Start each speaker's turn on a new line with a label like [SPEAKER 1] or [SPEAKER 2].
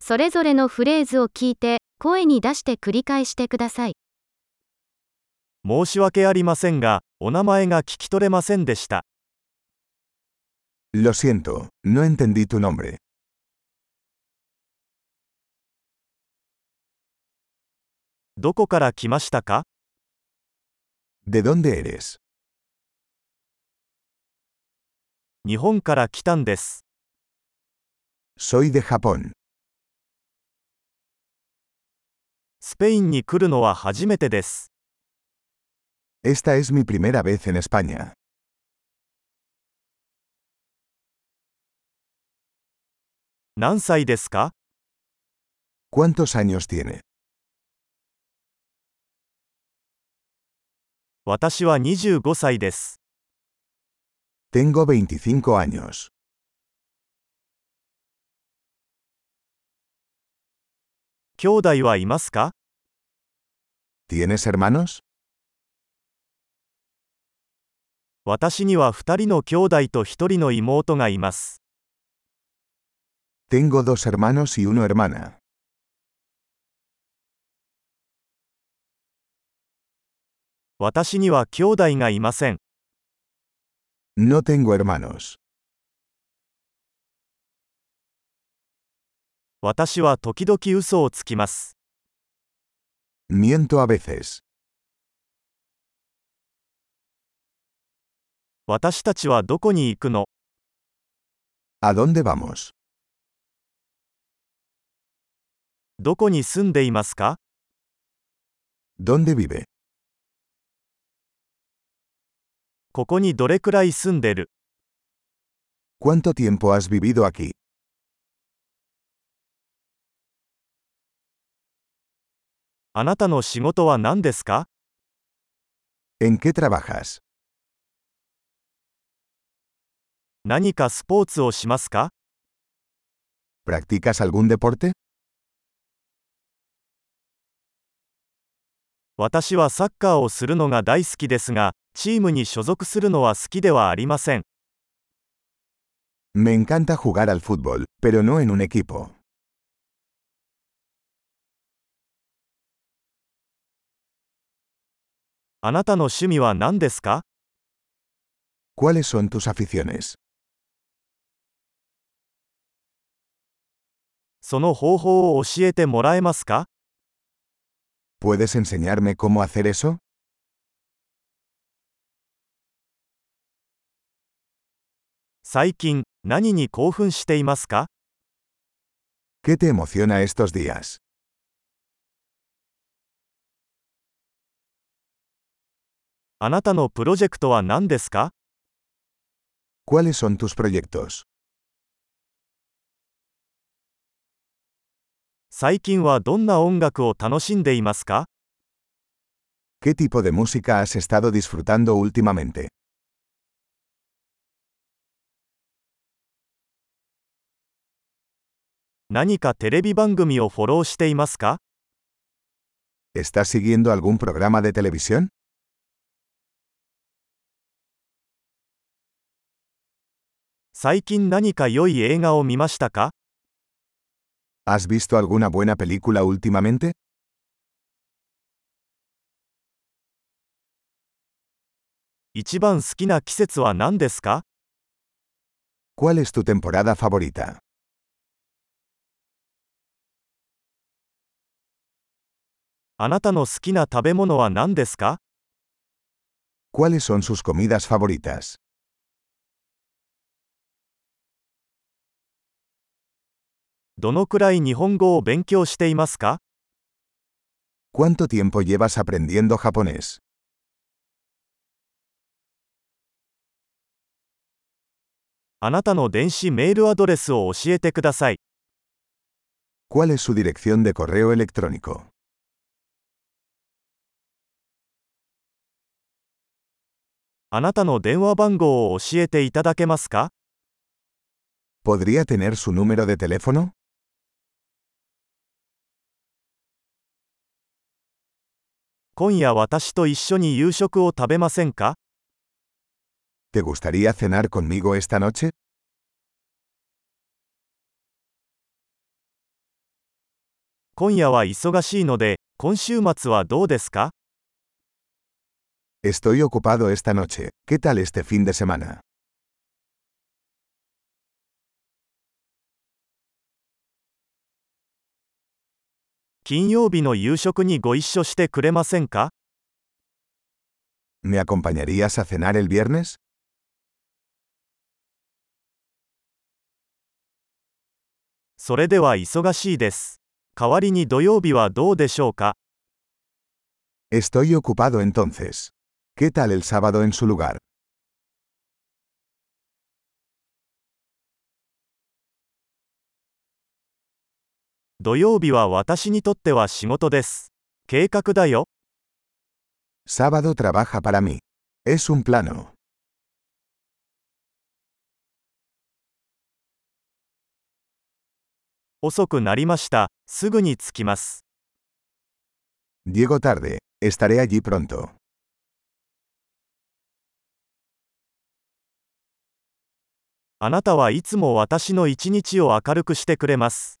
[SPEAKER 1] それぞれのフレーズを聞いて、声に出して繰り返してください。
[SPEAKER 2] 申し訳ありませんが、お名前が聞き取れませんでした。
[SPEAKER 3] Lo siento, no entendí tu nombre.
[SPEAKER 2] どこから来ましたか
[SPEAKER 3] ¿De dónde eres?
[SPEAKER 2] 日本から来たんです。
[SPEAKER 3] Soy de Japón.
[SPEAKER 2] スペインに来るのは初めてです。
[SPEAKER 3] Esta es mi primera vez en España.
[SPEAKER 2] 何歳ですか
[SPEAKER 3] ¿Cuántos años tiene?
[SPEAKER 2] 私は25歳です。
[SPEAKER 3] Tengo 25 años.
[SPEAKER 2] 兄弟はいますか
[SPEAKER 3] ¿Tienes hermanos?
[SPEAKER 2] 私には2人の兄弟と1人の妹がいます。
[SPEAKER 3] Tengo dos hermanos y una hermana.
[SPEAKER 2] 私には兄弟がいません。
[SPEAKER 3] No tengo hermanos.
[SPEAKER 2] 私は時々嘘をつきます。
[SPEAKER 3] Miento a veces.
[SPEAKER 2] 私たちはどこに行くの
[SPEAKER 3] ¿A dónde vamos?
[SPEAKER 2] どこに住んでいますか
[SPEAKER 3] ¿Dónde vive?
[SPEAKER 2] ここにどれくらい住んでる
[SPEAKER 3] ¿Cuánto tiempo has vivido aquí?
[SPEAKER 2] あなたの仕事は何ですか
[SPEAKER 3] ¿En qué trabajas?
[SPEAKER 2] 何かスポーツをしますか
[SPEAKER 3] ¿Practicas algún deporte?
[SPEAKER 2] 私はサッカーをするのが大好きですが、チームに所属するのは好きではありません。
[SPEAKER 3] Me encanta jugar al fútbol, pero no en un equipo.
[SPEAKER 2] あなたの趣味は何ですか
[SPEAKER 3] ¿Cuáles son tus aficiones?
[SPEAKER 2] その方法を教えてもらえますか
[SPEAKER 3] ¿Puedes enseñarme cómo hacer eso?
[SPEAKER 2] 最近、何に興奮していますか
[SPEAKER 3] ¿Qué te emociona estos días?
[SPEAKER 2] あなたのプロジェクトは何ですか
[SPEAKER 3] ¿Cuáles son tus proyectos?
[SPEAKER 2] 最近はどんな音楽を楽しんでいますか
[SPEAKER 3] ¿Qué tipo de música has estado disfrutando últimamente?
[SPEAKER 2] 何かテレビ番組をフォローしていますか
[SPEAKER 3] ¿Estás siguiendo algún programa de televisión?
[SPEAKER 2] 最近何か良い映画を見ましたか
[SPEAKER 3] ¿Has visto alguna buena película últimamente?
[SPEAKER 2] 一番好きな季節は何ですか
[SPEAKER 3] ¿Cuál es tu temporada favorita?
[SPEAKER 2] あなたの好きな食べ物は何ですか
[SPEAKER 3] ¿Cuáles son sus comidas favoritas?
[SPEAKER 2] どのくらい日本語を勉強していますか
[SPEAKER 3] ¿Cuánto tiempo llevas aprendiendo japonés?
[SPEAKER 2] あなたの電子メールアドレスを教えてください。
[SPEAKER 3] ¿Cuál es su dirección de correo electrónico?
[SPEAKER 2] あなたの電話番号を教えていただけますか
[SPEAKER 3] ¿Podría tener su número de teléfono?
[SPEAKER 2] 今夜私と一緒に夕食を食べませんか
[SPEAKER 3] ¿Te gustaría cenar conmigo esta noche?
[SPEAKER 2] 今夜は忙しいので、今週末はどうですか
[SPEAKER 3] Estoy ocupado esta noche. ¿Qué tal este fin de semana?
[SPEAKER 2] 金曜日の夕食にご一緒してくれませんか
[SPEAKER 3] ¿Me acompañarías a cenar el viernes?
[SPEAKER 2] それでは忙しいです。代わりに土曜日はどうでしょうか
[SPEAKER 3] Estoy ocupado entonces. ¿Qué tal el sábado en su lugar?
[SPEAKER 2] 土曜日は私にとっては仕事です。計画だよ。
[SPEAKER 3] Sábado trabaja para mí. Es un plano.
[SPEAKER 2] 遅くなりました。すぐに着きます。
[SPEAKER 3] Llego tarde. Estaré allí pronto.
[SPEAKER 2] あなたはいつも私の一日を明るくしてくれます。